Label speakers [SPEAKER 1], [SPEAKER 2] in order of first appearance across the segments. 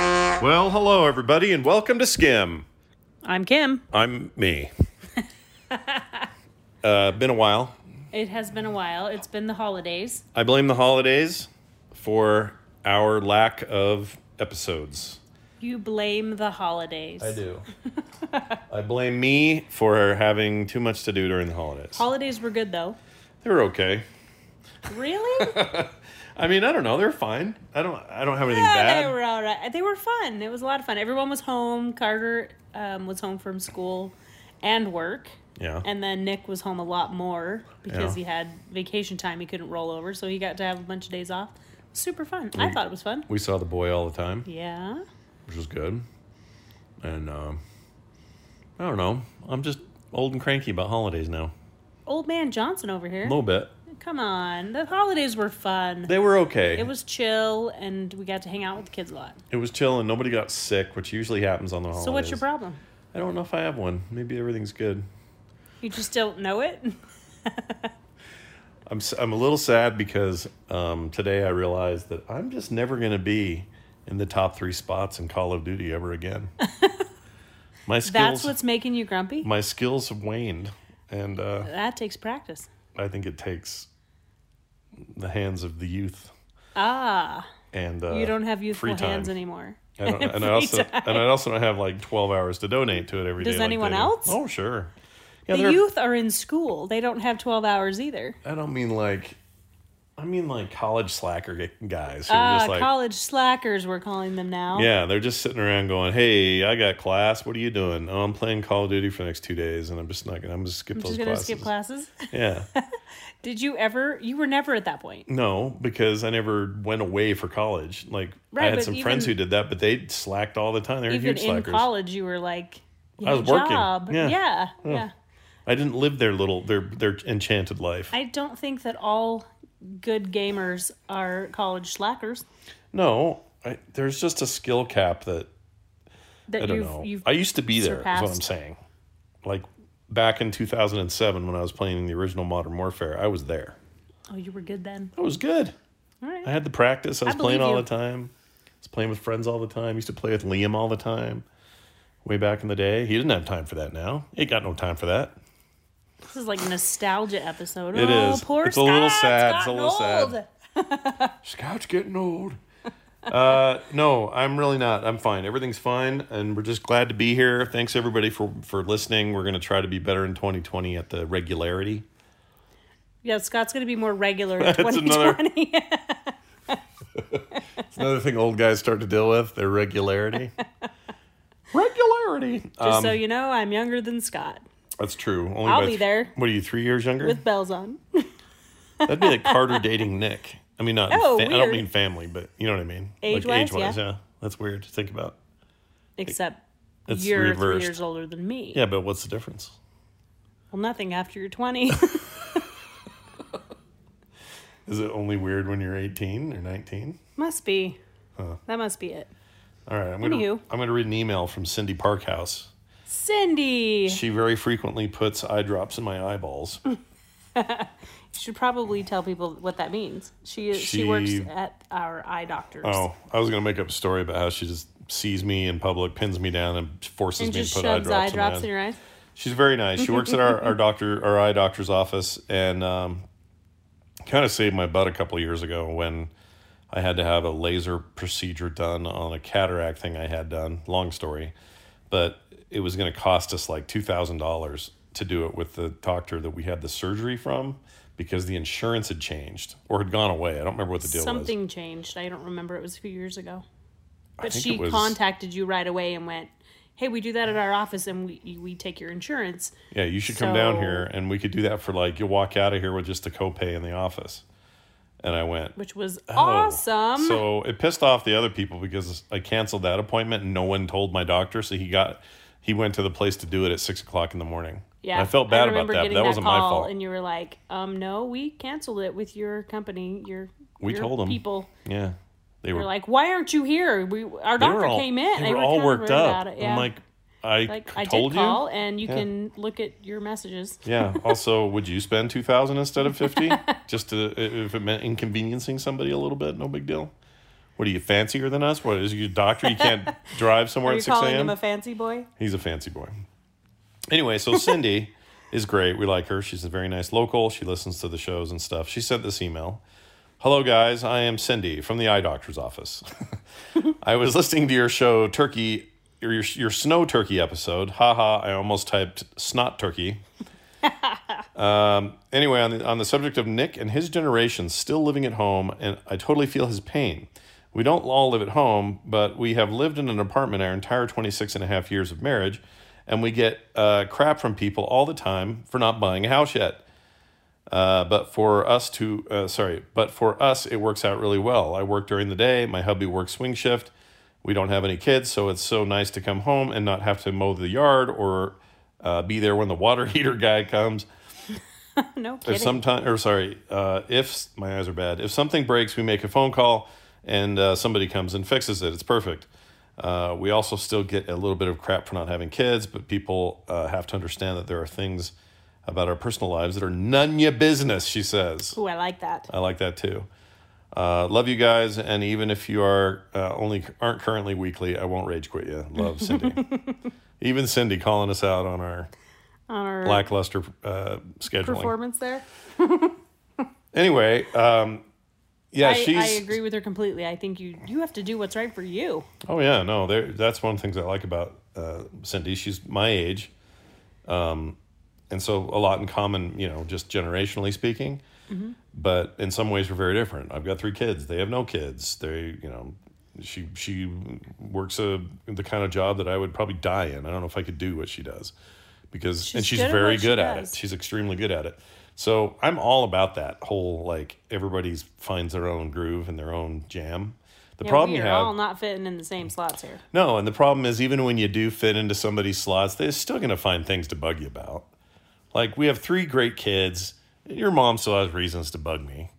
[SPEAKER 1] Well, hello, everybody, and welcome to Skim.
[SPEAKER 2] I'm Kim.
[SPEAKER 1] I'm me. uh, been a while.
[SPEAKER 2] It has been a while. It's been the holidays.
[SPEAKER 1] I blame the holidays for our lack of episodes.
[SPEAKER 2] You blame the holidays.
[SPEAKER 1] do. I blame me for having too much to do during the holidays.
[SPEAKER 2] Holidays were good though.
[SPEAKER 1] they were okay.
[SPEAKER 2] Really?
[SPEAKER 1] I mean, I don't know. They're fine. I don't. I don't have anything
[SPEAKER 2] yeah,
[SPEAKER 1] bad.
[SPEAKER 2] they were all right. They were fun. It was a lot of fun. Everyone was home. Carter um, was home from school and work.
[SPEAKER 1] yeah.
[SPEAKER 2] And then Nick was home a lot more because
[SPEAKER 1] Yeah.
[SPEAKER 2] he had vacation time. He couldn't roll over, so he got to have a bunch of days off. Super fun. I thought it was fun.
[SPEAKER 1] we saw the boy all the time,
[SPEAKER 2] Yeah.
[SPEAKER 1] which was good. And um, I don't know. I'm just old and cranky about holidays now.
[SPEAKER 2] Old man Johnson over
[SPEAKER 1] A
[SPEAKER 2] here.
[SPEAKER 1] little bit.
[SPEAKER 2] Come on. The holidays were fun.
[SPEAKER 1] They were okay.
[SPEAKER 2] It was chill, and we got to hang out with the kids a lot.
[SPEAKER 1] It was chill and nobody got sick, which usually happens on the holidays.
[SPEAKER 2] So what's your problem?
[SPEAKER 1] I don't know if I have one. Maybe everything's good.
[SPEAKER 2] You just don't know it.
[SPEAKER 1] I'm s- I'm a little sad because um, today I realized that I'm just never going to be in the top three spots in Call of Duty ever again. my
[SPEAKER 2] That's
[SPEAKER 1] skills
[SPEAKER 2] what's making you grumpy.
[SPEAKER 1] my skills have waned, and uh,
[SPEAKER 2] That takes practice.
[SPEAKER 1] I think it takes the hands of the youth
[SPEAKER 2] Ah,
[SPEAKER 1] and uh,
[SPEAKER 2] you don't have youthful
[SPEAKER 1] free time.
[SPEAKER 2] hands anymore.
[SPEAKER 1] I don't, and I
[SPEAKER 2] Free
[SPEAKER 1] also
[SPEAKER 2] time.
[SPEAKER 1] and I also don't have like twelve hours to donate to it every day.
[SPEAKER 2] Does
[SPEAKER 1] like
[SPEAKER 2] anyone
[SPEAKER 1] they do.
[SPEAKER 2] else?
[SPEAKER 1] Oh sure. Yeah,
[SPEAKER 2] The
[SPEAKER 1] there-
[SPEAKER 2] youth are in school. They don't have twelve hours either.
[SPEAKER 1] I don't mean like, I mean like college slacker g- guys who are
[SPEAKER 2] Ah,
[SPEAKER 1] just like,
[SPEAKER 2] college slackers, we're calling them now.
[SPEAKER 1] yeah, they're just sitting around going, "Hey, I got class. What are you doing? Oh, I'm playing Call of Duty for the next two days, and I'm just not gonna. I'm just skip
[SPEAKER 2] I'm
[SPEAKER 1] those
[SPEAKER 2] just gonna
[SPEAKER 1] classes.
[SPEAKER 2] skip classes.
[SPEAKER 1] Yeah,
[SPEAKER 2] Did you ever? You were never at that point.
[SPEAKER 1] no, because I never went away for college. Like
[SPEAKER 2] Right,
[SPEAKER 1] I had
[SPEAKER 2] but
[SPEAKER 1] some friends who
[SPEAKER 2] even-
[SPEAKER 1] did that, but they slacked all the time. They were
[SPEAKER 2] Even
[SPEAKER 1] huge
[SPEAKER 2] in
[SPEAKER 1] slackers.
[SPEAKER 2] college, you were like, you
[SPEAKER 1] I
[SPEAKER 2] had
[SPEAKER 1] was
[SPEAKER 2] a
[SPEAKER 1] working.
[SPEAKER 2] job.
[SPEAKER 1] Yeah.
[SPEAKER 2] yeah. yeah.
[SPEAKER 1] I didn't live their little their their enchanted life.
[SPEAKER 2] I don't think that all good gamers are college slackers.
[SPEAKER 1] no, I, there's just a skill cap that
[SPEAKER 2] That
[SPEAKER 1] I don't
[SPEAKER 2] you've,
[SPEAKER 1] know.
[SPEAKER 2] you've
[SPEAKER 1] I used to be there. Is what I'm
[SPEAKER 2] surpassed.
[SPEAKER 1] saying. Like back in 2007 when I was playing the original Modern Warfare, I was there.
[SPEAKER 2] oh, you were good then.
[SPEAKER 1] I was good.
[SPEAKER 2] All right.
[SPEAKER 1] I had the practice. I was playing
[SPEAKER 2] believe
[SPEAKER 1] all
[SPEAKER 2] you.
[SPEAKER 1] the time. I was playing with friends all the time. used to play with Liam all the time. Way back in the day, he didn't have time for that. Now he ain't got no time for that.
[SPEAKER 2] This is like nostalgia episode.
[SPEAKER 1] It
[SPEAKER 2] oh,
[SPEAKER 1] is.
[SPEAKER 2] Poor
[SPEAKER 1] It's a little
[SPEAKER 2] Scott's
[SPEAKER 1] sad. It's a
[SPEAKER 2] gotten
[SPEAKER 1] little sad.
[SPEAKER 2] old.
[SPEAKER 1] Scout's getting old. uh, no, I'm really not. I'm fine. Everything's fine, and we're just glad to be here. Thanks everybody for for listening. We're gonna try to be better in 2020 at the regularity.
[SPEAKER 2] Yeah, Scott's going to be more regular in
[SPEAKER 1] That's
[SPEAKER 2] 2020.
[SPEAKER 1] Another thing old guys start to deal with their regularity. regularity.
[SPEAKER 2] Just
[SPEAKER 1] Um,
[SPEAKER 2] so you know, I'm younger than Scott
[SPEAKER 1] that's true. Only
[SPEAKER 2] I'll
[SPEAKER 1] by
[SPEAKER 2] be there.
[SPEAKER 1] What are you? Three years younger?
[SPEAKER 2] with bells on.
[SPEAKER 1] That'd be like Carter dating Nick. I mean, not. in
[SPEAKER 2] Oh,
[SPEAKER 1] fa- I don't
[SPEAKER 2] weird.
[SPEAKER 1] mean family, but you know what I mean.
[SPEAKER 2] Age-wise, yeah.
[SPEAKER 1] That's weird to think about.
[SPEAKER 2] Except
[SPEAKER 1] It's
[SPEAKER 2] you're
[SPEAKER 1] reversed.
[SPEAKER 2] three years older than me.
[SPEAKER 1] Yeah, but what's the difference?
[SPEAKER 2] Well, nothing after you're 20.
[SPEAKER 1] Is it only weird when you're 18 or 19?
[SPEAKER 2] must be. That must be it.
[SPEAKER 1] All right, I'm gonna
[SPEAKER 2] Anywho.
[SPEAKER 1] I'm gonna read an email from Cindy Parkhouse.
[SPEAKER 2] Cindy. You
[SPEAKER 1] She very frequently puts eye drops in my eyeballs.
[SPEAKER 2] should probably tell people what that means. She she,
[SPEAKER 1] She-
[SPEAKER 2] works at our eye doctor's.
[SPEAKER 1] Oh, I was gonna make up a story about how she just sees me in public, pins me down, and forces
[SPEAKER 2] and
[SPEAKER 1] me to
[SPEAKER 2] just
[SPEAKER 1] put eye
[SPEAKER 2] shoves
[SPEAKER 1] drops,
[SPEAKER 2] eye
[SPEAKER 1] in, my
[SPEAKER 2] drops
[SPEAKER 1] eyes.
[SPEAKER 2] in your eyes.
[SPEAKER 1] She's very nice. She works at our, our doctor, our eye doctor's office, and um, kind of saved my butt a couple years ago when I had to have a laser procedure done on a cataract thing I had done. Long story, but it was going to cost us like two thousand dollars to do it with the doctor that we had the surgery from because the insurance had changed or had gone away. I don't remember what the deal was.
[SPEAKER 2] Something changed. I don't remember. It was a few years ago. But
[SPEAKER 1] think
[SPEAKER 2] she
[SPEAKER 1] it was-
[SPEAKER 2] contacted you right away and went, "Hey, we do that at our office, and we we take your insurance."
[SPEAKER 1] Yeah, you should come down
[SPEAKER 2] So-
[SPEAKER 1] here and we could do that for like you walk out of here with just the copay in the office. And I went,
[SPEAKER 2] Which was
[SPEAKER 1] Oh.
[SPEAKER 2] awesome.
[SPEAKER 1] So it pissed off the other people because I canceled that appointment and no one told my doctor. So he got he went to the place to do it at six o'clock in the morning.
[SPEAKER 2] yeah,
[SPEAKER 1] I felt bad about
[SPEAKER 2] remember
[SPEAKER 1] that. But
[SPEAKER 2] getting
[SPEAKER 1] that wasn't my
[SPEAKER 2] call,
[SPEAKER 1] fault.
[SPEAKER 2] And you were like, "Um, no, we canceled it with your company. Your
[SPEAKER 1] We
[SPEAKER 2] your
[SPEAKER 1] told 'em.
[SPEAKER 2] people.
[SPEAKER 1] yeah, they were,
[SPEAKER 2] They're like, why aren't you here? We our
[SPEAKER 1] they
[SPEAKER 2] doctor
[SPEAKER 1] were all,
[SPEAKER 2] came in.
[SPEAKER 1] They were
[SPEAKER 2] were
[SPEAKER 1] all
[SPEAKER 2] kinda
[SPEAKER 1] worked
[SPEAKER 2] rude
[SPEAKER 1] up.
[SPEAKER 2] about it.
[SPEAKER 1] I'm
[SPEAKER 2] Yeah.
[SPEAKER 1] like, I
[SPEAKER 2] like I
[SPEAKER 1] c-
[SPEAKER 2] did
[SPEAKER 1] told you.
[SPEAKER 2] call, and you can look at your messages.
[SPEAKER 1] yeah. Also, would you spend two thousand instead of fifty? Just to, if it meant inconveniencing somebody a little bit, no big deal. What are you fancier than us? What is you a doctor? You can't drive somewhere
[SPEAKER 2] Are you
[SPEAKER 1] at six
[SPEAKER 2] calling
[SPEAKER 1] a.m.
[SPEAKER 2] him a fancy boy?
[SPEAKER 1] He's a fancy boy. Anyway, so Cindy is great. We like her. She's a very nice local. She listens to the shows and stuff. She sent this email Hello, guys. I am Cindy from the eye doctor's office. I was listening to your show, Turkey, your, your snow turkey episode. Haha, I almost typed snot turkey. um, anyway, on the, on the subject of Nick and his generation still living at home, and I totally feel his pain. We don't all live at home, but we have lived in an apartment our entire 26 and a half years of marriage, and we get uh, crap from people all the time for not buying a house yet. Uh, but for us to, uh, sorry, but for us, it works out really well. I work during the day. My hubby works swing shift. We don't have any kids, so it's so nice to come home and not have to mow the yard or uh, be there when the water heater guy comes.
[SPEAKER 2] No kidding.
[SPEAKER 1] If sometime, or sorry, uh, if my eyes are bad, if something breaks, we make a phone call and uh, somebody comes and fixes it. It's perfect. Uh, we also still get a little bit of crap for not having kids, but people uh, have to understand that there are things about our personal lives that are none your business. She says.
[SPEAKER 2] Ooh, I like that.
[SPEAKER 1] I like that too. Uh, love you guys, and even if you are uh, only aren't currently weekly, I won't rage quit you. Love Cindy. even Cindy calling us out on our
[SPEAKER 2] On our
[SPEAKER 1] lackluster uh, scheduling.
[SPEAKER 2] performance there.
[SPEAKER 1] Anyway, um, yeah,
[SPEAKER 2] I,
[SPEAKER 1] she's.
[SPEAKER 2] I agree with her completely. I think you you have to do what's right for you.
[SPEAKER 1] Oh yeah, no, there. That's one of the things I like about uh, Cindy. She's my age, um, and so a lot in common. You know, just generationally speaking,
[SPEAKER 2] Mm-hmm.
[SPEAKER 1] but in some ways we're very different. I've got three kids. They have no kids. They, you know, she she works a the kind of job that I would probably die in. I don't know if I could do what she does because and she's
[SPEAKER 2] She's good at
[SPEAKER 1] very
[SPEAKER 2] what she
[SPEAKER 1] good at it.
[SPEAKER 2] does.
[SPEAKER 1] She's extremely good at it. So I'm all about that whole like everybody's finds their own groove and their own jam. The
[SPEAKER 2] Yeah,
[SPEAKER 1] problem
[SPEAKER 2] we
[SPEAKER 1] you
[SPEAKER 2] are
[SPEAKER 1] have
[SPEAKER 2] all not fitting in the same slots here.
[SPEAKER 1] no, and the problem is even when you do fit into somebody's slots, they're still going to find things to bug you about. Like we have three great kids. Your mom still has reasons to bug me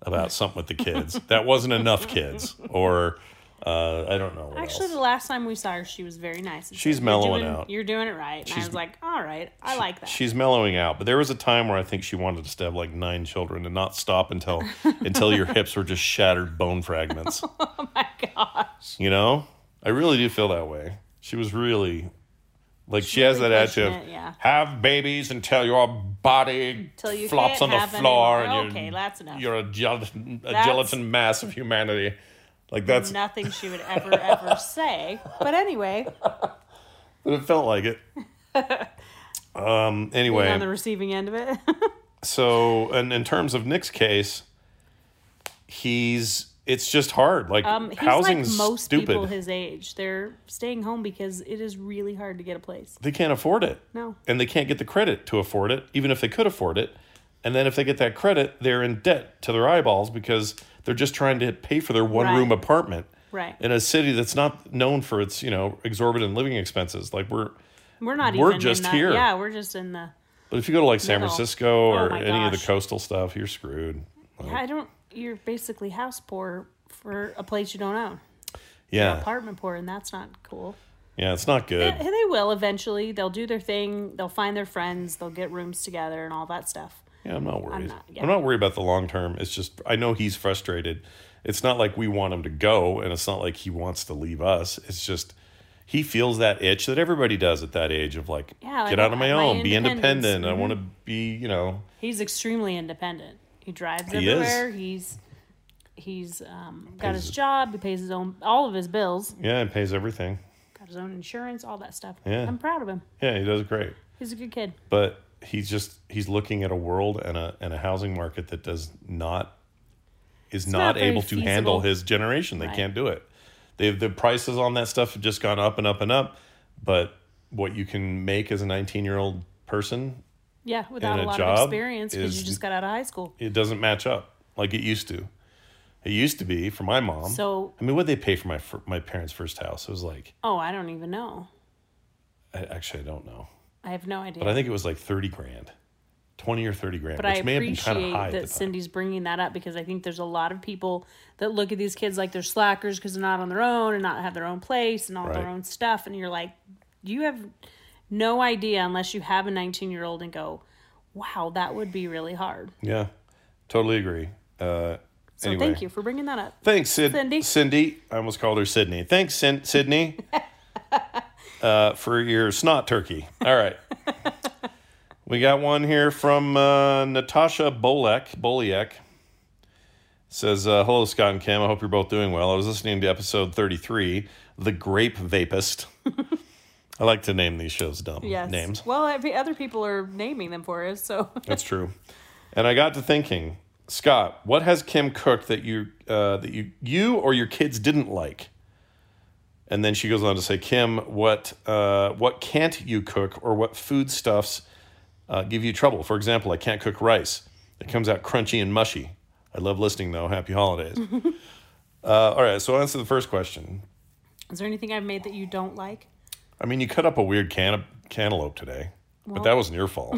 [SPEAKER 1] about something with the kids. that wasn't enough kids, or uh, I don't know. What
[SPEAKER 2] Actually,
[SPEAKER 1] else.
[SPEAKER 2] the last time we saw her, she was very nice. and
[SPEAKER 1] She's
[SPEAKER 2] said, "You're
[SPEAKER 1] mellowing
[SPEAKER 2] doing-
[SPEAKER 1] out.
[SPEAKER 2] You're doing it right. And I
[SPEAKER 1] She's-
[SPEAKER 2] was like, all right, I like that.
[SPEAKER 1] she's mellowing out. But there was a time where I think she wanted us to have like nine children and not stop until until your hips were just shattered bone fragments.
[SPEAKER 2] oh my gosh.
[SPEAKER 1] You know, I really do feel that way. She was really like she has
[SPEAKER 2] really
[SPEAKER 1] that
[SPEAKER 2] pushing
[SPEAKER 1] attitude. of,
[SPEAKER 2] it, yeah.
[SPEAKER 1] Have babies until your body
[SPEAKER 2] Till you
[SPEAKER 1] flops
[SPEAKER 2] can't
[SPEAKER 1] on
[SPEAKER 2] have
[SPEAKER 1] the
[SPEAKER 2] any
[SPEAKER 1] floor
[SPEAKER 2] more.
[SPEAKER 1] and
[SPEAKER 2] Okay,
[SPEAKER 1] you're,
[SPEAKER 2] that's enough.
[SPEAKER 1] you're a gelatin, a
[SPEAKER 2] That's-
[SPEAKER 1] gelatin mass of humanity. Like that's
[SPEAKER 2] Nothing she would ever, ever say. But anyway,
[SPEAKER 1] but it felt like it. um.
[SPEAKER 2] on the
[SPEAKER 1] Anyway,
[SPEAKER 2] receiving end of it.
[SPEAKER 1] so and in terms of Nick's case, he's it's just hard. Like
[SPEAKER 2] Um, he's
[SPEAKER 1] housing's
[SPEAKER 2] like most
[SPEAKER 1] stupid.
[SPEAKER 2] people his age. They're staying home because it is really hard to get a place.
[SPEAKER 1] they can't afford it.
[SPEAKER 2] No.
[SPEAKER 1] And they can't get the credit to afford it, even if they could afford it. And then if they get that credit, they're in debt to their eyeballs because they're just trying to pay for their one room
[SPEAKER 2] Right.
[SPEAKER 1] apartment
[SPEAKER 2] Right.
[SPEAKER 1] in a city that's not known for its, you know, exorbitant living expenses. Like we're
[SPEAKER 2] We're not
[SPEAKER 1] We're
[SPEAKER 2] even in
[SPEAKER 1] just
[SPEAKER 2] the-
[SPEAKER 1] here.
[SPEAKER 2] Yeah, we're just in the
[SPEAKER 1] but if you go to like San
[SPEAKER 2] Middle.
[SPEAKER 1] Francisco
[SPEAKER 2] Oh
[SPEAKER 1] or
[SPEAKER 2] my
[SPEAKER 1] any of the
[SPEAKER 2] gosh.
[SPEAKER 1] coastal stuff, you're screwed.
[SPEAKER 2] Yeah, I don't you're basically house poor for a place you don't own.
[SPEAKER 1] Yeah.
[SPEAKER 2] Apartment poor and that's not cool.
[SPEAKER 1] Yeah, it's not good.
[SPEAKER 2] Eh, They will eventually. They'll do their thing. They'll find their friends. They'll get rooms together and all that stuff.
[SPEAKER 1] Yeah, I'm not worried. I'm not,
[SPEAKER 2] not- yeah.
[SPEAKER 1] worried about the long term. It's just I know he's frustrated. It's not like we want him to go, and it's not like he wants to leave us. It's just he feels that itch that everybody does at that age of like,
[SPEAKER 2] Yeah, like,
[SPEAKER 1] get out of my
[SPEAKER 2] my
[SPEAKER 1] own, be
[SPEAKER 2] independence. Mm-hmm.
[SPEAKER 1] independent. I want to be, you know,
[SPEAKER 2] He's extremely independent. He drives
[SPEAKER 1] He is.
[SPEAKER 2] everywhere. He's he's um, got his job. He pays his own all of his bills.
[SPEAKER 1] yeah, and pays everything.
[SPEAKER 2] Got his own insurance. All that stuff.
[SPEAKER 1] Yeah.
[SPEAKER 2] I'm proud of him.
[SPEAKER 1] Yeah, he does great.
[SPEAKER 2] He's a good kid.
[SPEAKER 1] But he's just he's looking at a world and a and a housing market that does not is not,
[SPEAKER 2] not very
[SPEAKER 1] able to handle
[SPEAKER 2] feasible.
[SPEAKER 1] his generation. They
[SPEAKER 2] Right.
[SPEAKER 1] can't do it. They the prices on that stuff have just gone up and up and up. But what you can make as a 19 year old person,
[SPEAKER 2] Yeah, without
[SPEAKER 1] And
[SPEAKER 2] a
[SPEAKER 1] a
[SPEAKER 2] lot
[SPEAKER 1] job
[SPEAKER 2] of experience because
[SPEAKER 1] is-
[SPEAKER 2] you just got out of high school.
[SPEAKER 1] it doesn't match up like it used to. It used to be for my mom.
[SPEAKER 2] So-
[SPEAKER 1] I mean, what they pay for my for my parents' first house? It was like
[SPEAKER 2] Oh, I don't even know.
[SPEAKER 1] I, actually I don't know,
[SPEAKER 2] I have no idea.
[SPEAKER 1] but I think it was like 30 grand, 20 or 30 grand,
[SPEAKER 2] But
[SPEAKER 1] which
[SPEAKER 2] I
[SPEAKER 1] may have been kind of
[SPEAKER 2] appreciate
[SPEAKER 1] high. at the
[SPEAKER 2] that
[SPEAKER 1] time.
[SPEAKER 2] Cindy's bringing that up because I think there's a lot of people that look at these kids like they're slackers because they're not on their own and not have their own place and all
[SPEAKER 1] Right.
[SPEAKER 2] their own stuff. And you're like, you have no idea unless you have a 19 year old and go, wow, that would be really hard.
[SPEAKER 1] Yeah, totally agree. Uh,
[SPEAKER 2] So
[SPEAKER 1] Anyway.
[SPEAKER 2] thank you for bringing that up.
[SPEAKER 1] Thanks, Sid-
[SPEAKER 2] Cindy.
[SPEAKER 1] Cindy. I almost called her Sydney. Thanks, Sin- Sydney, uh, for your snot turkey. All right. we got one here from uh, Natasha Bolek. Boliak says, uh, Hello, Scott and Kim. I hope you're both doing well. I was listening to episode 33, The Grape Vapist. I like to name these shows dumb
[SPEAKER 2] Yes.
[SPEAKER 1] names.
[SPEAKER 2] Well, every, other people are naming them for us, so
[SPEAKER 1] That's true. And I got to thinking, Scott, what has Kim cooked that you uh, that you you or your kids didn't like? And then she goes on to say, Kim, what uh, what can't you cook or what foodstuffs uh, give you trouble? For example, I can't cook rice; it comes out crunchy and mushy. I love listening though. Happy holidays. uh, all right, so I'll answer the first question.
[SPEAKER 2] is there anything I've made that you don't like?
[SPEAKER 1] I mean, you cut up a weird can- cantaloupe today, but that wasn't your fault.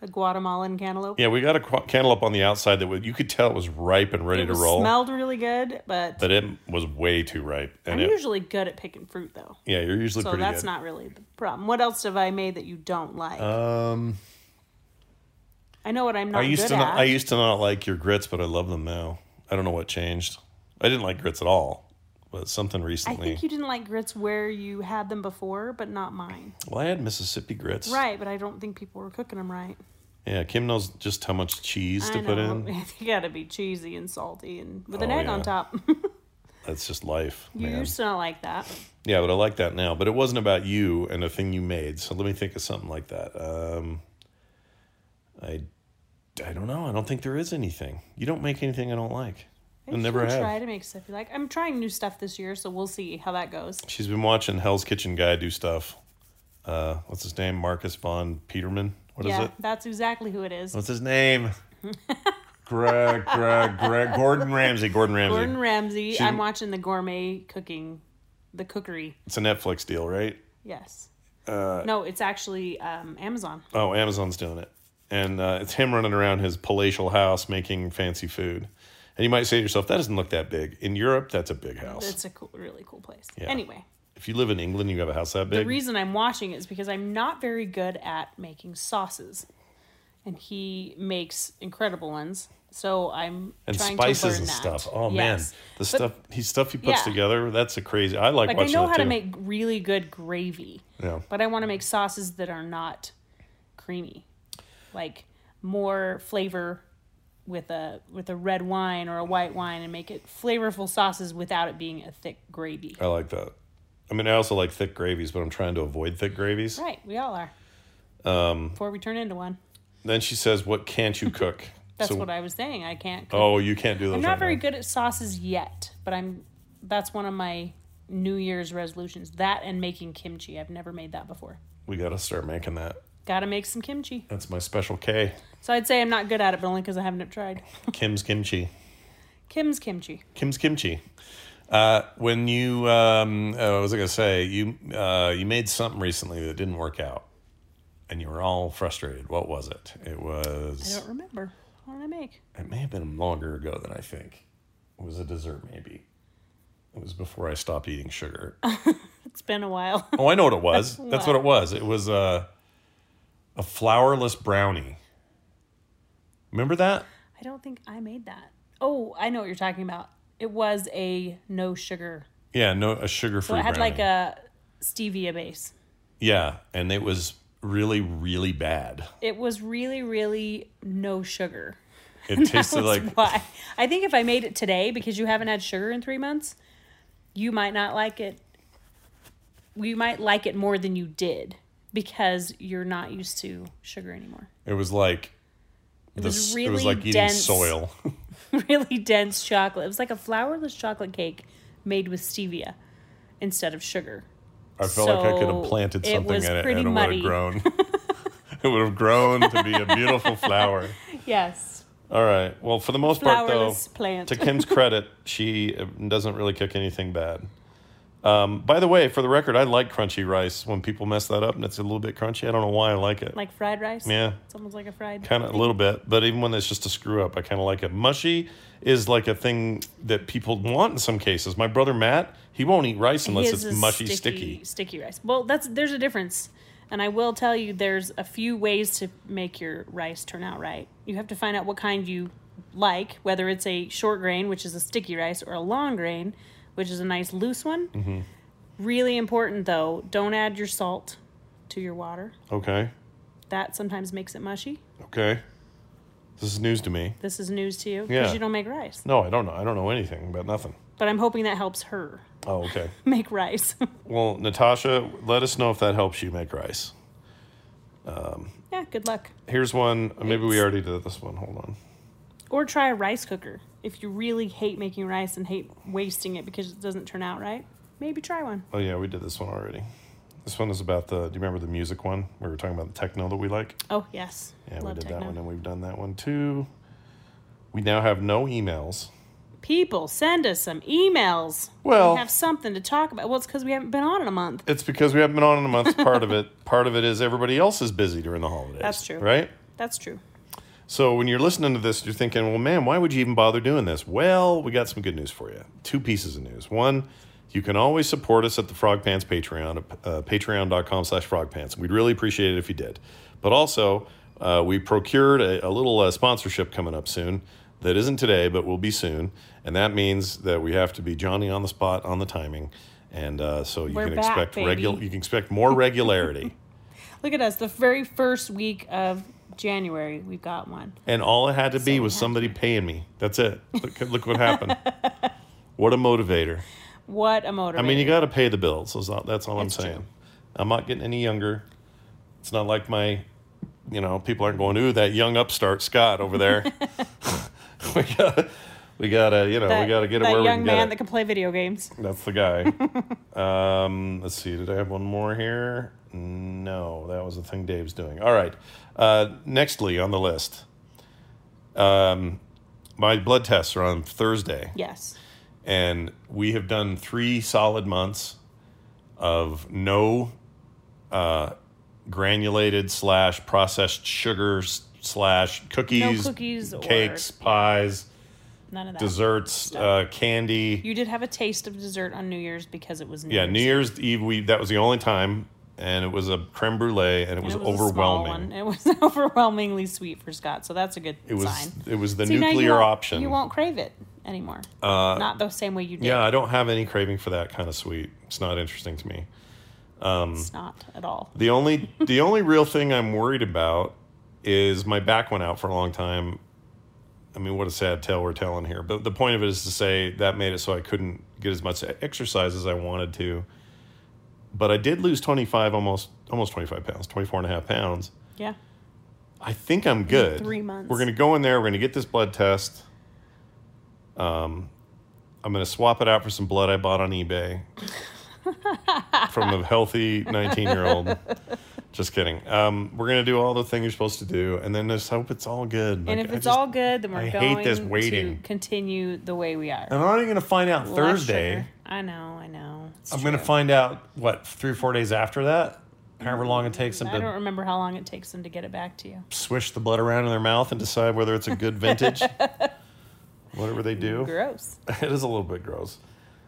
[SPEAKER 2] The Guatemalan cantaloupe.
[SPEAKER 1] Yeah, we got a qu- cantaloupe on the outside that would- you could tell it was ripe and ready
[SPEAKER 2] it
[SPEAKER 1] to
[SPEAKER 2] was-
[SPEAKER 1] roll,
[SPEAKER 2] smelled really good, but
[SPEAKER 1] but it was way too ripe.
[SPEAKER 2] I'm
[SPEAKER 1] And it,
[SPEAKER 2] usually good at picking fruit though.
[SPEAKER 1] yeah, you're usually
[SPEAKER 2] So
[SPEAKER 1] pretty
[SPEAKER 2] that's
[SPEAKER 1] good.
[SPEAKER 2] not really the problem. What else have I made that you don't like?
[SPEAKER 1] um,
[SPEAKER 2] I know what I'm not
[SPEAKER 1] I used
[SPEAKER 2] good
[SPEAKER 1] to not,
[SPEAKER 2] at.
[SPEAKER 1] I used to not like your grits, but I love them now. I don't know what changed. I didn't like grits at all, but something
[SPEAKER 2] I
[SPEAKER 1] recently.
[SPEAKER 2] think you didn't like grits where you had them before, but not mine.
[SPEAKER 1] well, I had Mississippi grits.
[SPEAKER 2] Right, but I don't think people were cooking them right.
[SPEAKER 1] Yeah, Kim knows just how much cheese to
[SPEAKER 2] I
[SPEAKER 1] put
[SPEAKER 2] know.
[SPEAKER 1] in.
[SPEAKER 2] They gotta be cheesy and salty and with an
[SPEAKER 1] Oh,
[SPEAKER 2] egg on
[SPEAKER 1] yeah.
[SPEAKER 2] top.
[SPEAKER 1] That's just life,
[SPEAKER 2] you
[SPEAKER 1] man.
[SPEAKER 2] used to not like that.
[SPEAKER 1] Yeah, but I like that now. But it wasn't about you and a thing you made. So let me think of something like that. Um, I, I don't know. I don't think there is anything. You don't make anything I don't like. I
[SPEAKER 2] Maybe
[SPEAKER 1] never
[SPEAKER 2] you can
[SPEAKER 1] have.
[SPEAKER 2] Try to make stuff you like. I'm trying new stuff this year, so we'll see how that goes.
[SPEAKER 1] She's been watching Hell's Kitchen guy do stuff. Uh, what's his name? Marcus von Peterman. What is
[SPEAKER 2] yeah,
[SPEAKER 1] it?
[SPEAKER 2] that's exactly who it is.
[SPEAKER 1] What's his name? Greg, Greg, Greg. Gordon Ramsay. Gordon Ramsay.
[SPEAKER 2] Gordon Ramsay.
[SPEAKER 1] She-
[SPEAKER 2] I'm watching the gourmet cooking, the cookery.
[SPEAKER 1] It's a Netflix deal, right?
[SPEAKER 2] Yes.
[SPEAKER 1] Uh,
[SPEAKER 2] no, it's actually um, Amazon.
[SPEAKER 1] Oh, Amazon's doing it. And uh, it's him running around his palatial house making fancy food. And you might say to yourself, that doesn't look that big. In Europe, that's a big house.
[SPEAKER 2] It's a cool, really cool place. Anyway,
[SPEAKER 1] if you live in England, you have a house that
[SPEAKER 2] the
[SPEAKER 1] big.
[SPEAKER 2] reason I'm watching is because I'm not very good at making sauces, and he makes incredible ones. So I'm
[SPEAKER 1] and
[SPEAKER 2] trying to
[SPEAKER 1] spices
[SPEAKER 2] learn
[SPEAKER 1] and
[SPEAKER 2] that.
[SPEAKER 1] stuff. Oh man,
[SPEAKER 2] Yes.
[SPEAKER 1] the stuff he stuff he puts
[SPEAKER 2] yeah.
[SPEAKER 1] together, that's a crazy. I like,
[SPEAKER 2] Like I
[SPEAKER 1] watching
[SPEAKER 2] know
[SPEAKER 1] that
[SPEAKER 2] how
[SPEAKER 1] too.
[SPEAKER 2] to make really good gravy.
[SPEAKER 1] yeah.
[SPEAKER 2] but I want to make sauces that are not creamy, like more flavor with a with a red wine or a white wine, and make it flavorful sauces without it being a thick gravy.
[SPEAKER 1] I like that. I mean, I also like thick gravies, but I'm trying to avoid thick gravies.
[SPEAKER 2] Right, we all are. Um, Before we turn into one,
[SPEAKER 1] Then she says, "What can't you cook?"
[SPEAKER 2] that's what I was saying. I can't. Cook.
[SPEAKER 1] Oh, you can't do those.
[SPEAKER 2] I'm not
[SPEAKER 1] right
[SPEAKER 2] very
[SPEAKER 1] now.
[SPEAKER 2] good at sauces yet, but I'm. That's one of my New Year's resolutions. That and making kimchi. I've never made that before.
[SPEAKER 1] We got to start making that.
[SPEAKER 2] Got to make some kimchi.
[SPEAKER 1] That's my special K.
[SPEAKER 2] So I'd say I'm not good at it, but only because I haven't tried.
[SPEAKER 1] Kim's kimchi.
[SPEAKER 2] Kim's kimchi.
[SPEAKER 1] Kim's kimchi. Uh, when you, um, uh, what was I going to say? You, uh, you made something recently that didn't work out, and you were all frustrated. What was it? It
[SPEAKER 2] I
[SPEAKER 1] was.
[SPEAKER 2] don't remember. What did I make?
[SPEAKER 1] It may have been longer ago than I think. It was a dessert, maybe. It was before I stopped eating sugar.
[SPEAKER 2] It's been a while.
[SPEAKER 1] oh, I know what it was. That's what it was. It was a, a flourless brownie. Remember that?
[SPEAKER 2] I don't think I made that. Oh, I know what you're talking about. It was a no sugar.
[SPEAKER 1] Yeah, no, a sugar-free.
[SPEAKER 2] So it had
[SPEAKER 1] brownie.
[SPEAKER 2] like a stevia base.
[SPEAKER 1] Yeah, and it was really, really bad.
[SPEAKER 2] It was really, really no sugar.
[SPEAKER 1] It tasted
[SPEAKER 2] That's
[SPEAKER 1] like
[SPEAKER 2] why. I think if I made it today, because you haven't had sugar in three months, you might not like it. You might like it more than you did because you're not used to sugar anymore.
[SPEAKER 1] it was like it
[SPEAKER 2] was
[SPEAKER 1] it was
[SPEAKER 2] really
[SPEAKER 1] like eating
[SPEAKER 2] dense.
[SPEAKER 1] soil.
[SPEAKER 2] really dense chocolate. It was like a flourless chocolate cake made with stevia instead of sugar.
[SPEAKER 1] I felt like I could have
[SPEAKER 2] So
[SPEAKER 1] planted
[SPEAKER 2] it
[SPEAKER 1] something
[SPEAKER 2] was
[SPEAKER 1] in it
[SPEAKER 2] pretty
[SPEAKER 1] and it would
[SPEAKER 2] muddy.
[SPEAKER 1] have grown. it would have grown to be a beautiful flower.
[SPEAKER 2] Yes.
[SPEAKER 1] All right. Well, for the most part, though,
[SPEAKER 2] Flowerless plant.
[SPEAKER 1] to Kim's credit, she uh, doesn't really cook anything bad. Um, by the way, for the record, I like crunchy rice. When people mess that up and it's a little bit crunchy, I don't know why I like it.
[SPEAKER 2] Like fried rice.
[SPEAKER 1] Yeah.
[SPEAKER 2] It's almost like a fried.
[SPEAKER 1] kind of a little bit, but even when it's just a screw up, I kind of like it. Mushy is like a thing that people want in some cases. My brother Matt, he won't eat rice unless
[SPEAKER 2] His
[SPEAKER 1] it's
[SPEAKER 2] is
[SPEAKER 1] mushy, sticky.
[SPEAKER 2] Sticky rice. Well, that's there's a difference. And I will tell you there's a few ways to make your rice turn out right. You have to find out what kind you like, whether it's a short grain, which is a sticky rice, or a long grain, which is a nice loose one.
[SPEAKER 1] Mm-hmm.
[SPEAKER 2] Really important though, don't add your salt to your water.
[SPEAKER 1] Okay.
[SPEAKER 2] That sometimes makes it mushy.
[SPEAKER 1] Okay. This is news to me.
[SPEAKER 2] This is news to you because
[SPEAKER 1] Yeah.
[SPEAKER 2] you don't make rice.
[SPEAKER 1] No, I don't know. I don't know anything about nothing.
[SPEAKER 2] But I'm hoping that helps her
[SPEAKER 1] Oh, okay.
[SPEAKER 2] make rice.
[SPEAKER 1] Well, Natasha, let us know if that helps you make rice.
[SPEAKER 2] yeah, good luck.
[SPEAKER 1] Here's one. Uh, Maybe we already did this one. Hold on.
[SPEAKER 2] Or try a rice cooker. If you really hate making rice and hate wasting it because it doesn't turn out right, maybe try one.
[SPEAKER 1] Oh yeah, we did this one already. This one is about the. Do you remember the music one? We were talking about the techno that we like.
[SPEAKER 2] Oh, yes.
[SPEAKER 1] Yeah, we did that one, and we've done that one too. We now have no emails.
[SPEAKER 2] People, send us some emails.
[SPEAKER 1] Well-
[SPEAKER 2] we have something to talk about. Well, it's because we haven't been on in a month.
[SPEAKER 1] It's because we haven't been on in a month. Part of it, part of it is everybody else is busy during the holidays.
[SPEAKER 2] That's true.
[SPEAKER 1] right?
[SPEAKER 2] That's true.
[SPEAKER 1] So when you're listening to this, you're thinking, well, man, why would you even bother doing this? Well, we got some good news for you. Two pieces of news. One, you can always support us at the Frog Pants Patreon, uh, patreon.com slash frogpants. We'd really appreciate it if you did. But also, uh, we procured a, a little uh, sponsorship coming up soon that isn't today, but will be soon. And that means that we have to be Johnny on the spot on the timing. And uh, so you
[SPEAKER 2] We're
[SPEAKER 1] can
[SPEAKER 2] back,
[SPEAKER 1] expect
[SPEAKER 2] baby.
[SPEAKER 1] regu- you can expect more regularity.
[SPEAKER 2] Look at us. The very first week of January, we got one.
[SPEAKER 1] And all it had to be was somebody paying me. That's it. Look, look what happened. What a motivator.
[SPEAKER 2] What a motivator.
[SPEAKER 1] I mean, you got to pay the bills. That's all, that's all
[SPEAKER 2] That's
[SPEAKER 1] I'm
[SPEAKER 2] true.
[SPEAKER 1] saying. I'm not getting any younger. It's not like my, you know, people aren't going, ooh, that young upstart Scott over there. we got we gotta, you know,
[SPEAKER 2] that,
[SPEAKER 1] we gotta get it
[SPEAKER 2] that
[SPEAKER 1] where we
[SPEAKER 2] young
[SPEAKER 1] can
[SPEAKER 2] man
[SPEAKER 1] get
[SPEAKER 2] that
[SPEAKER 1] it.
[SPEAKER 2] can play video games.
[SPEAKER 1] That's the guy. um, let's see. Did I have one more here? No, that was the thing Dave's doing. All right. Uh, nextly on the list. Um, my blood tests are on Thursday
[SPEAKER 2] Yes.
[SPEAKER 1] and we have done three solid months of no uh, granulated slash processed sugars slash cookies,
[SPEAKER 2] cookies or-
[SPEAKER 1] cakes, pies,
[SPEAKER 2] None of that.
[SPEAKER 1] desserts, uh, candy.
[SPEAKER 2] You did have a taste of dessert on New Year's because it was New
[SPEAKER 1] Yeah,
[SPEAKER 2] Year's.
[SPEAKER 1] New Year's Eve. We that was the only time, and it was a creme brulee, and it was,
[SPEAKER 2] And it was a small
[SPEAKER 1] overwhelming.
[SPEAKER 2] one. It was overwhelmingly sweet for Scott, so that's a good
[SPEAKER 1] It was
[SPEAKER 2] sign.
[SPEAKER 1] it was the
[SPEAKER 2] See, now you
[SPEAKER 1] nuclear
[SPEAKER 2] won't-
[SPEAKER 1] option.
[SPEAKER 2] You won't crave it anymore. Uh, Not the same way you did.
[SPEAKER 1] yeah, I don't have any craving for that kind of sweet. It's not interesting to me.
[SPEAKER 2] It's not at all.
[SPEAKER 1] The only the only real thing I'm worried about is my back went out for a long time. I mean, what a sad tale we're telling here. But the point of it is to say that made it so I couldn't get as much exercise as I wanted to. But I did lose 25 almost almost 25 pounds, 24 and a half pounds.
[SPEAKER 2] Yeah.
[SPEAKER 1] I think I'm good.
[SPEAKER 2] three months.
[SPEAKER 1] We're going to go in there. We're going to get this blood test. Um, I'm going to swap it out for some blood I bought on eBay from a healthy 19 year old. Just kidding. Um, we're going to do all the thing you're supposed to do, and then just hope it's all good.
[SPEAKER 2] And
[SPEAKER 1] Like,
[SPEAKER 2] if
[SPEAKER 1] I
[SPEAKER 2] it's
[SPEAKER 1] just-
[SPEAKER 2] all good, then we're
[SPEAKER 1] I
[SPEAKER 2] going
[SPEAKER 1] hate this waiting.
[SPEAKER 2] to continue the way we are.
[SPEAKER 1] I'm not even going to find out
[SPEAKER 2] Less
[SPEAKER 1] Thursday. Uh,
[SPEAKER 2] sugar. I know, I know. It's
[SPEAKER 1] I'm going to
[SPEAKER 2] true.
[SPEAKER 1] find out what three or four days after that. However long it takes them
[SPEAKER 2] I don't
[SPEAKER 1] to
[SPEAKER 2] remember how long it takes them to get it back to you.
[SPEAKER 1] swish the blood around in their mouth and decide whether it's a good vintage. Whatever they do.
[SPEAKER 2] Gross.
[SPEAKER 1] it is a little bit gross.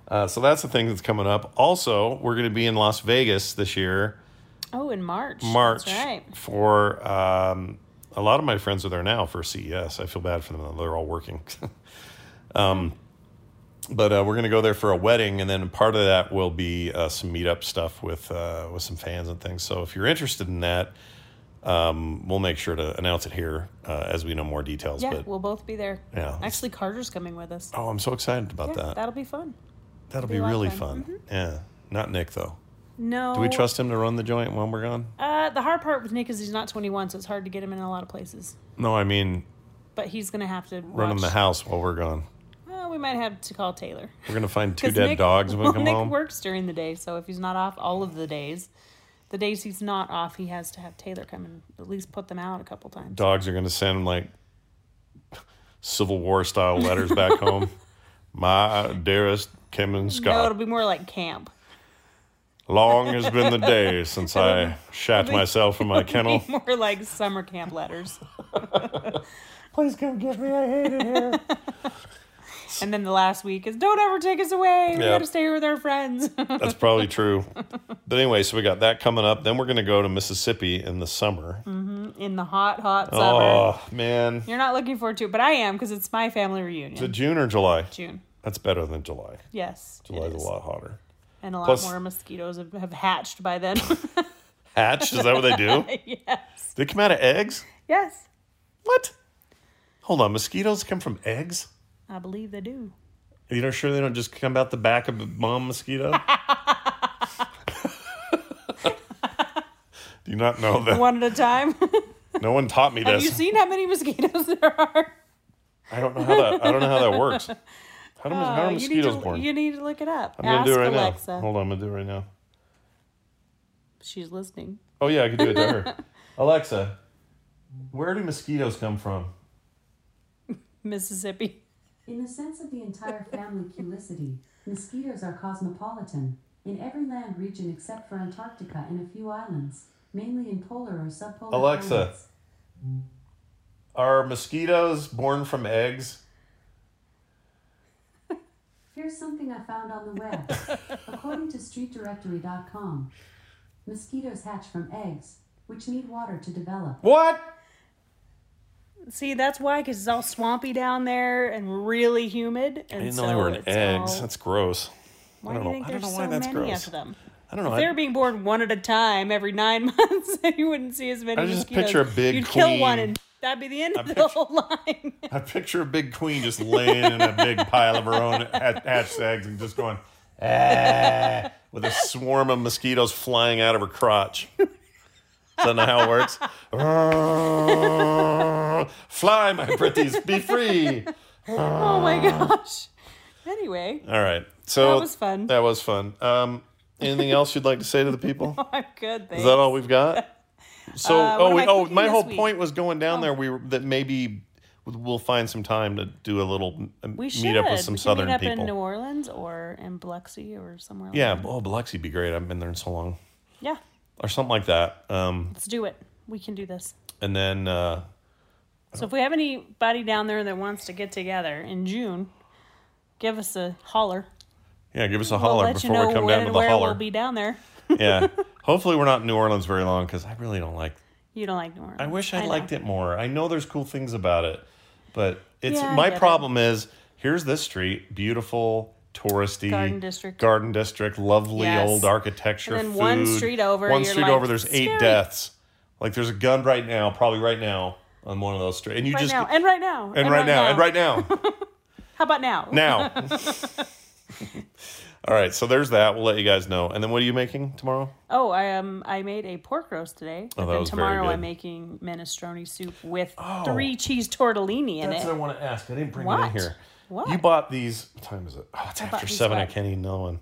[SPEAKER 1] Uh, so that's the thing that's coming up. Also, we're going to be in Las Vegas this year,
[SPEAKER 2] Oh, in March.
[SPEAKER 1] March,
[SPEAKER 2] That's right.
[SPEAKER 1] for um, a lot of my friends are there now for CES. I feel bad for them; they're all working. um, but uh, we're going to go there for a wedding, and then part of that will be uh, some meetup stuff with uh, with some fans and things. So if you're interested in that, um, we'll make sure to announce it here uh, as we know more details.
[SPEAKER 2] Yeah,
[SPEAKER 1] but
[SPEAKER 2] we'll both be there.
[SPEAKER 1] Yeah.
[SPEAKER 2] Actually, Carter's coming with us.
[SPEAKER 1] oh, I'm so excited about
[SPEAKER 2] Yeah,
[SPEAKER 1] that.
[SPEAKER 2] that'll be fun.
[SPEAKER 1] That'll
[SPEAKER 2] be
[SPEAKER 1] be, Mm-hmm.
[SPEAKER 2] a lot of
[SPEAKER 1] really
[SPEAKER 2] fun.
[SPEAKER 1] fun. Yeah. Not Nick though.
[SPEAKER 2] No.
[SPEAKER 1] Do we trust him to run the joint when we're gone?
[SPEAKER 2] Uh, the hard part with Nick is he's not 21, so it's hard to get him in a lot of places.
[SPEAKER 1] No, I mean
[SPEAKER 2] But he's gonna have to
[SPEAKER 1] running
[SPEAKER 2] watch.
[SPEAKER 1] the house while we're gone.
[SPEAKER 2] Well, we might have to call Taylor.
[SPEAKER 1] We're gonna find two
[SPEAKER 2] 'Cause
[SPEAKER 1] dead
[SPEAKER 2] Nick-
[SPEAKER 1] dogs when we
[SPEAKER 2] well,
[SPEAKER 1] come
[SPEAKER 2] Nick
[SPEAKER 1] home.
[SPEAKER 2] works during the day, so if he's not off all of the days, the days he's not off, he has to have Taylor come and at least put them out a couple times.
[SPEAKER 1] Dogs are gonna send like Civil War style letters back home. My dearest Kim and
[SPEAKER 2] No, it'll
[SPEAKER 1] Scott,
[SPEAKER 2] be more like camp.
[SPEAKER 1] long has been the day since I shat
[SPEAKER 2] be-
[SPEAKER 1] myself in my kennel.
[SPEAKER 2] more like summer camp letters.
[SPEAKER 1] Please come get me. I hate it here.
[SPEAKER 2] And then the last week is don't ever take us away. We
[SPEAKER 1] Yeah.
[SPEAKER 2] gotta stay here with our friends.
[SPEAKER 1] That's probably true. But anyway, so we got that coming up. Then we're going to go to Mississippi in the summer
[SPEAKER 2] them in the hot, hot summer.
[SPEAKER 1] Oh man,
[SPEAKER 2] You're not looking forward to it, but I am because it's my family reunion.
[SPEAKER 1] is it June or July?
[SPEAKER 2] June.
[SPEAKER 1] That's better than July.
[SPEAKER 2] Yes. it
[SPEAKER 1] July's a
[SPEAKER 2] is.
[SPEAKER 1] lot hotter.
[SPEAKER 2] And a lot
[SPEAKER 1] Plus-
[SPEAKER 2] more mosquitoes have, have hatched by then.
[SPEAKER 1] Hatch? Is that what they do?
[SPEAKER 2] yes.
[SPEAKER 1] They come out of eggs?
[SPEAKER 2] Yes.
[SPEAKER 1] What? Hold on, mosquitoes come from eggs?
[SPEAKER 2] I believe they do.
[SPEAKER 1] You know, sure they don't just come out the back of a mom mosquito? do you not know that?
[SPEAKER 2] One at a time.
[SPEAKER 1] No one taught me
[SPEAKER 2] have you
[SPEAKER 1] this.
[SPEAKER 2] seen how many mosquitoes there are?
[SPEAKER 1] I don't know how that. I don't know how that works. How do, how
[SPEAKER 2] Uh,
[SPEAKER 1] are
[SPEAKER 2] you, need
[SPEAKER 1] mosquitoes
[SPEAKER 2] to,
[SPEAKER 1] born?
[SPEAKER 2] you need to look it up.
[SPEAKER 1] I'm gonna
[SPEAKER 2] Ask
[SPEAKER 1] do it right
[SPEAKER 2] Alexa.
[SPEAKER 1] now. Hold on, I'm gonna do it right now.
[SPEAKER 2] She's listening.
[SPEAKER 1] Oh yeah, I could do it to her. Alexa, where do mosquitoes come from?
[SPEAKER 2] Mississippi.
[SPEAKER 3] In the sense of the entire family Culicidae, mosquitoes are cosmopolitan, in every land region except for Antarctica and a few islands, mainly in polar or subpolar
[SPEAKER 1] Alexa.
[SPEAKER 3] climates.
[SPEAKER 1] Are mosquitoes born from eggs?
[SPEAKER 3] Here's something I found on the web. According to streetdirectory.com, mosquitoes hatch from eggs, which need water to develop.
[SPEAKER 1] What?
[SPEAKER 2] See, that's why, because it's all swampy down there and really humid. And
[SPEAKER 1] I didn't
[SPEAKER 2] so
[SPEAKER 1] know they were in
[SPEAKER 2] it's
[SPEAKER 1] eggs.
[SPEAKER 2] all-
[SPEAKER 1] That's gross.
[SPEAKER 2] why
[SPEAKER 1] don't
[SPEAKER 2] do you
[SPEAKER 1] know-
[SPEAKER 2] think
[SPEAKER 1] I don't
[SPEAKER 2] there's
[SPEAKER 1] know why
[SPEAKER 2] so
[SPEAKER 1] that's
[SPEAKER 2] many
[SPEAKER 1] gross.
[SPEAKER 2] of them?
[SPEAKER 1] I don't know.
[SPEAKER 2] If they were
[SPEAKER 1] I,
[SPEAKER 2] being born one at a time every nine months, you wouldn't see as many
[SPEAKER 1] I just
[SPEAKER 2] mosquitoes.
[SPEAKER 1] picture a big
[SPEAKER 2] You'd kill one,
[SPEAKER 1] queen.
[SPEAKER 2] and that'd be the end of
[SPEAKER 1] I
[SPEAKER 2] the
[SPEAKER 1] picture-
[SPEAKER 2] whole line.
[SPEAKER 1] I picture a big queen just laying in a big pile of her own ha- hatched eggs and just going, ah, with a swarm of mosquitoes flying out of her crotch. Is that not how it works? Fly, my pretties, be free.
[SPEAKER 2] oh my gosh. Anyway,
[SPEAKER 1] All right. So
[SPEAKER 2] That was fun.
[SPEAKER 1] That was fun. Um, anything else you'd like to say to the people?
[SPEAKER 2] I'm good. Thanks.
[SPEAKER 1] Is that all we've got? So,
[SPEAKER 2] Uh, what
[SPEAKER 1] oh,
[SPEAKER 2] am
[SPEAKER 1] we,
[SPEAKER 2] I
[SPEAKER 1] oh,
[SPEAKER 2] cooking
[SPEAKER 1] my
[SPEAKER 2] this
[SPEAKER 1] whole
[SPEAKER 2] week? Oh.
[SPEAKER 1] point was going down there. We were, that maybe we'll find some time to do a little uh,
[SPEAKER 2] we should
[SPEAKER 1] meet up with some
[SPEAKER 2] We can
[SPEAKER 1] southern
[SPEAKER 2] meet up
[SPEAKER 1] people.
[SPEAKER 2] in New Orleans or in Biloxi or somewhere. Like
[SPEAKER 1] yeah,
[SPEAKER 2] that.
[SPEAKER 1] oh, Biloxi'd be great. I haven't been there in so long,
[SPEAKER 2] yeah.
[SPEAKER 1] or something like that. Um,
[SPEAKER 2] Let's do it. We can do this.
[SPEAKER 1] and then uh,
[SPEAKER 2] So if we have anybody down there that wants to get together in June, give us a holler.
[SPEAKER 1] yeah, give us a
[SPEAKER 2] We'll
[SPEAKER 1] holler
[SPEAKER 2] let you
[SPEAKER 1] before
[SPEAKER 2] know
[SPEAKER 1] we come
[SPEAKER 2] when
[SPEAKER 1] down to
[SPEAKER 2] and
[SPEAKER 1] the
[SPEAKER 2] where
[SPEAKER 1] holler.
[SPEAKER 2] we'll be down there.
[SPEAKER 1] yeah, hopefully we're not in New Orleans very long because I really don't like.
[SPEAKER 2] You don't like New Orleans.
[SPEAKER 1] I wish I,
[SPEAKER 2] know.
[SPEAKER 1] liked it more. I know there's cool things about it, but it's
[SPEAKER 2] Yeah, I
[SPEAKER 1] my
[SPEAKER 2] get it.
[SPEAKER 1] problem is here's this street, beautiful, touristy
[SPEAKER 2] Garden district.
[SPEAKER 1] garden district, lovely
[SPEAKER 2] Yes.
[SPEAKER 1] old architecture.
[SPEAKER 2] And then one
[SPEAKER 1] food.
[SPEAKER 2] street over,
[SPEAKER 1] one
[SPEAKER 2] you're
[SPEAKER 1] street
[SPEAKER 2] like,
[SPEAKER 1] over, there's eight
[SPEAKER 2] "Scary."
[SPEAKER 1] deaths. Like there's a gun right now, probably right now on one of those streets, and you
[SPEAKER 2] Right
[SPEAKER 1] just
[SPEAKER 2] now, and right now, and,
[SPEAKER 1] and right now, and right now.
[SPEAKER 2] How about now?
[SPEAKER 1] Now. All right, so there's that. We'll let you guys know. And then what are you making tomorrow?
[SPEAKER 2] Oh, I um, I made a pork roast today. but
[SPEAKER 1] Oh, that
[SPEAKER 2] then
[SPEAKER 1] was very
[SPEAKER 2] tomorrow
[SPEAKER 1] good. Oh.
[SPEAKER 2] I'm making minestrone soup with three cheese tortellini in
[SPEAKER 1] That's
[SPEAKER 2] it.
[SPEAKER 1] what I want to ask. I didn't bring it in
[SPEAKER 2] What?
[SPEAKER 1] here.
[SPEAKER 2] What?
[SPEAKER 1] You bought these. What time is it? Oh, it's after
[SPEAKER 2] these
[SPEAKER 1] seven. I
[SPEAKER 2] what?
[SPEAKER 1] can't even know when.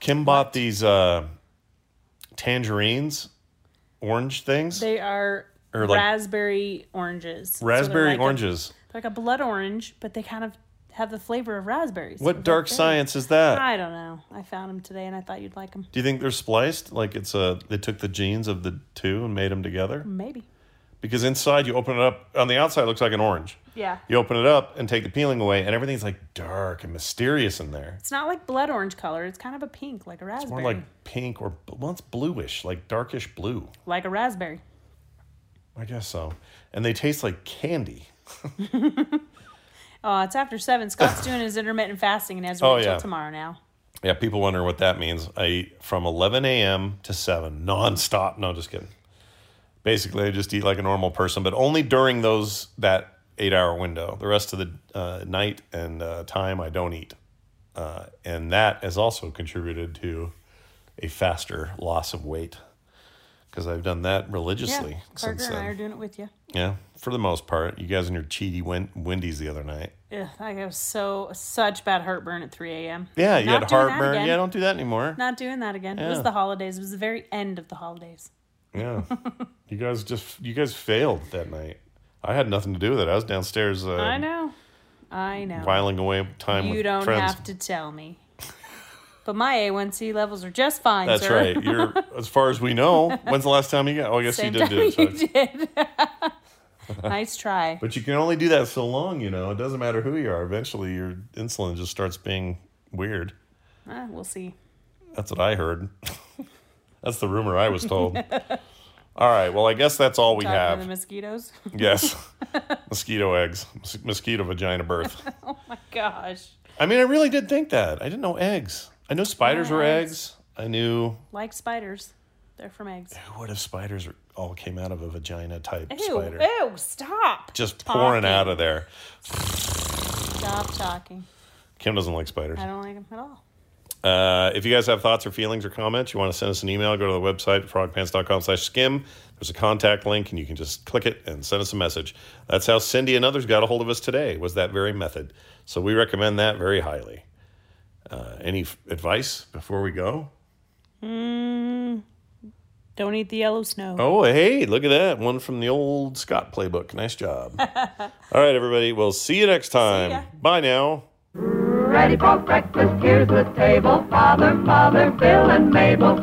[SPEAKER 1] Kim bought these uh, tangerines, orange things,
[SPEAKER 2] They are
[SPEAKER 1] Or like-
[SPEAKER 2] raspberry oranges. So they're
[SPEAKER 1] raspberry
[SPEAKER 2] like a-
[SPEAKER 1] oranges.
[SPEAKER 2] they're like a blood orange, but they kind of have the flavor of raspberries.
[SPEAKER 1] What
[SPEAKER 2] They're
[SPEAKER 1] dark
[SPEAKER 2] very-
[SPEAKER 1] science is that?
[SPEAKER 2] I don't know. I found them today, and I thought you'd like them.
[SPEAKER 1] Do you think they're spliced? Like it's a they took the genes of the two and made them together?
[SPEAKER 2] Maybe.
[SPEAKER 1] Because inside you open it up, on the outside it looks like an orange.
[SPEAKER 2] Yeah.
[SPEAKER 1] You open it up and take the peeling away, and everything's like dark and mysterious in there.
[SPEAKER 2] It's not like blood orange color. It's kind of a pink, like a
[SPEAKER 1] It's
[SPEAKER 2] raspberry.
[SPEAKER 1] more like pink or well, it's bluish, like darkish blue.
[SPEAKER 2] like a raspberry.
[SPEAKER 1] I guess so. And they taste like candy.
[SPEAKER 2] Oh, it's after seven. Scott's doing his intermittent fasting and has to wait
[SPEAKER 1] Oh,
[SPEAKER 2] till
[SPEAKER 1] yeah.
[SPEAKER 2] tomorrow now.
[SPEAKER 1] Yeah, people wonder what that means. I eat from 11 a.m. to 7 nonstop. No, just kidding. Basically, I just eat like a normal person, but only during those that eight hour window. The rest of the uh, night and uh, time, I don't eat. Uh, and that has also contributed to a faster loss of weight because I've done that
[SPEAKER 2] Yeah,
[SPEAKER 1] religiously
[SPEAKER 2] Parker
[SPEAKER 1] since
[SPEAKER 2] and I are
[SPEAKER 1] then.
[SPEAKER 2] doing it with you.
[SPEAKER 1] Yeah, for the most part. You guys and your cheaty win- Wendy's the other night.
[SPEAKER 2] Ugh, I have so such bad heartburn at 3 a.m.
[SPEAKER 1] Yeah, you
[SPEAKER 2] Not
[SPEAKER 1] had
[SPEAKER 2] doing that
[SPEAKER 1] heartburn.
[SPEAKER 2] again.
[SPEAKER 1] Yeah, don't do that anymore.
[SPEAKER 2] Not doing that again. It was
[SPEAKER 1] Yeah.
[SPEAKER 2] the holidays. It was the very end of the holidays.
[SPEAKER 1] Yeah. you guys just you guys failed that night. I had nothing to do with it. I was downstairs uh,
[SPEAKER 2] I know. I know.
[SPEAKER 1] whiling away time
[SPEAKER 2] you
[SPEAKER 1] with
[SPEAKER 2] don't
[SPEAKER 1] friends.
[SPEAKER 2] have to tell me. But my A1C levels are just fine,
[SPEAKER 1] That's
[SPEAKER 2] sir.
[SPEAKER 1] right. You're as far as we know. When's the last time you got? Oh, I guess
[SPEAKER 2] Same
[SPEAKER 1] you did
[SPEAKER 2] time
[SPEAKER 1] do it.
[SPEAKER 2] you
[SPEAKER 1] so-
[SPEAKER 2] did. nice try.
[SPEAKER 1] But you can only do that so long, you know. It doesn't matter who you are. Eventually, your insulin just starts being weird.
[SPEAKER 2] Uh, we'll see.
[SPEAKER 1] That's what I heard. That's the rumor I was told. All right. Well, I guess that's all we
[SPEAKER 2] Talking to the
[SPEAKER 1] have.
[SPEAKER 2] mosquitoes.
[SPEAKER 1] Yes. mosquito eggs. Mos- Mosquito vagina birth.
[SPEAKER 2] oh my gosh.
[SPEAKER 1] I mean, I really did think that. I didn't know eggs. I knew spiders
[SPEAKER 2] Yeah,
[SPEAKER 1] were
[SPEAKER 2] eggs.
[SPEAKER 1] eggs. I knew.
[SPEAKER 2] Like spiders. They're from eggs.
[SPEAKER 1] What if spiders are- all came out of a vagina type
[SPEAKER 2] Ew,
[SPEAKER 1] spider?
[SPEAKER 2] ew, stop.
[SPEAKER 1] Just pouring
[SPEAKER 2] talking.
[SPEAKER 1] out of there.
[SPEAKER 2] Stop talking.
[SPEAKER 1] Kim doesn't like spiders.
[SPEAKER 2] I don't like them at all.
[SPEAKER 1] Uh, if you guys have thoughts or feelings or comments, you want to send us an email, go to the website, frogpants.com slash skim. There's a contact link, and you can just click it and send us a message. That's how Cindy and others got a hold of us today, was that very method. So we recommend that very highly. Uh, any f- advice before we go?
[SPEAKER 2] Don't eat the yellow snow.
[SPEAKER 1] Oh, hey, look at that. One from the old Scott playbook. Nice job. All right, everybody. We'll see you next time.
[SPEAKER 2] ya.
[SPEAKER 1] Bye now.
[SPEAKER 4] Ready for breakfast, here's the table. Father, Mother, Bill, and Mabel.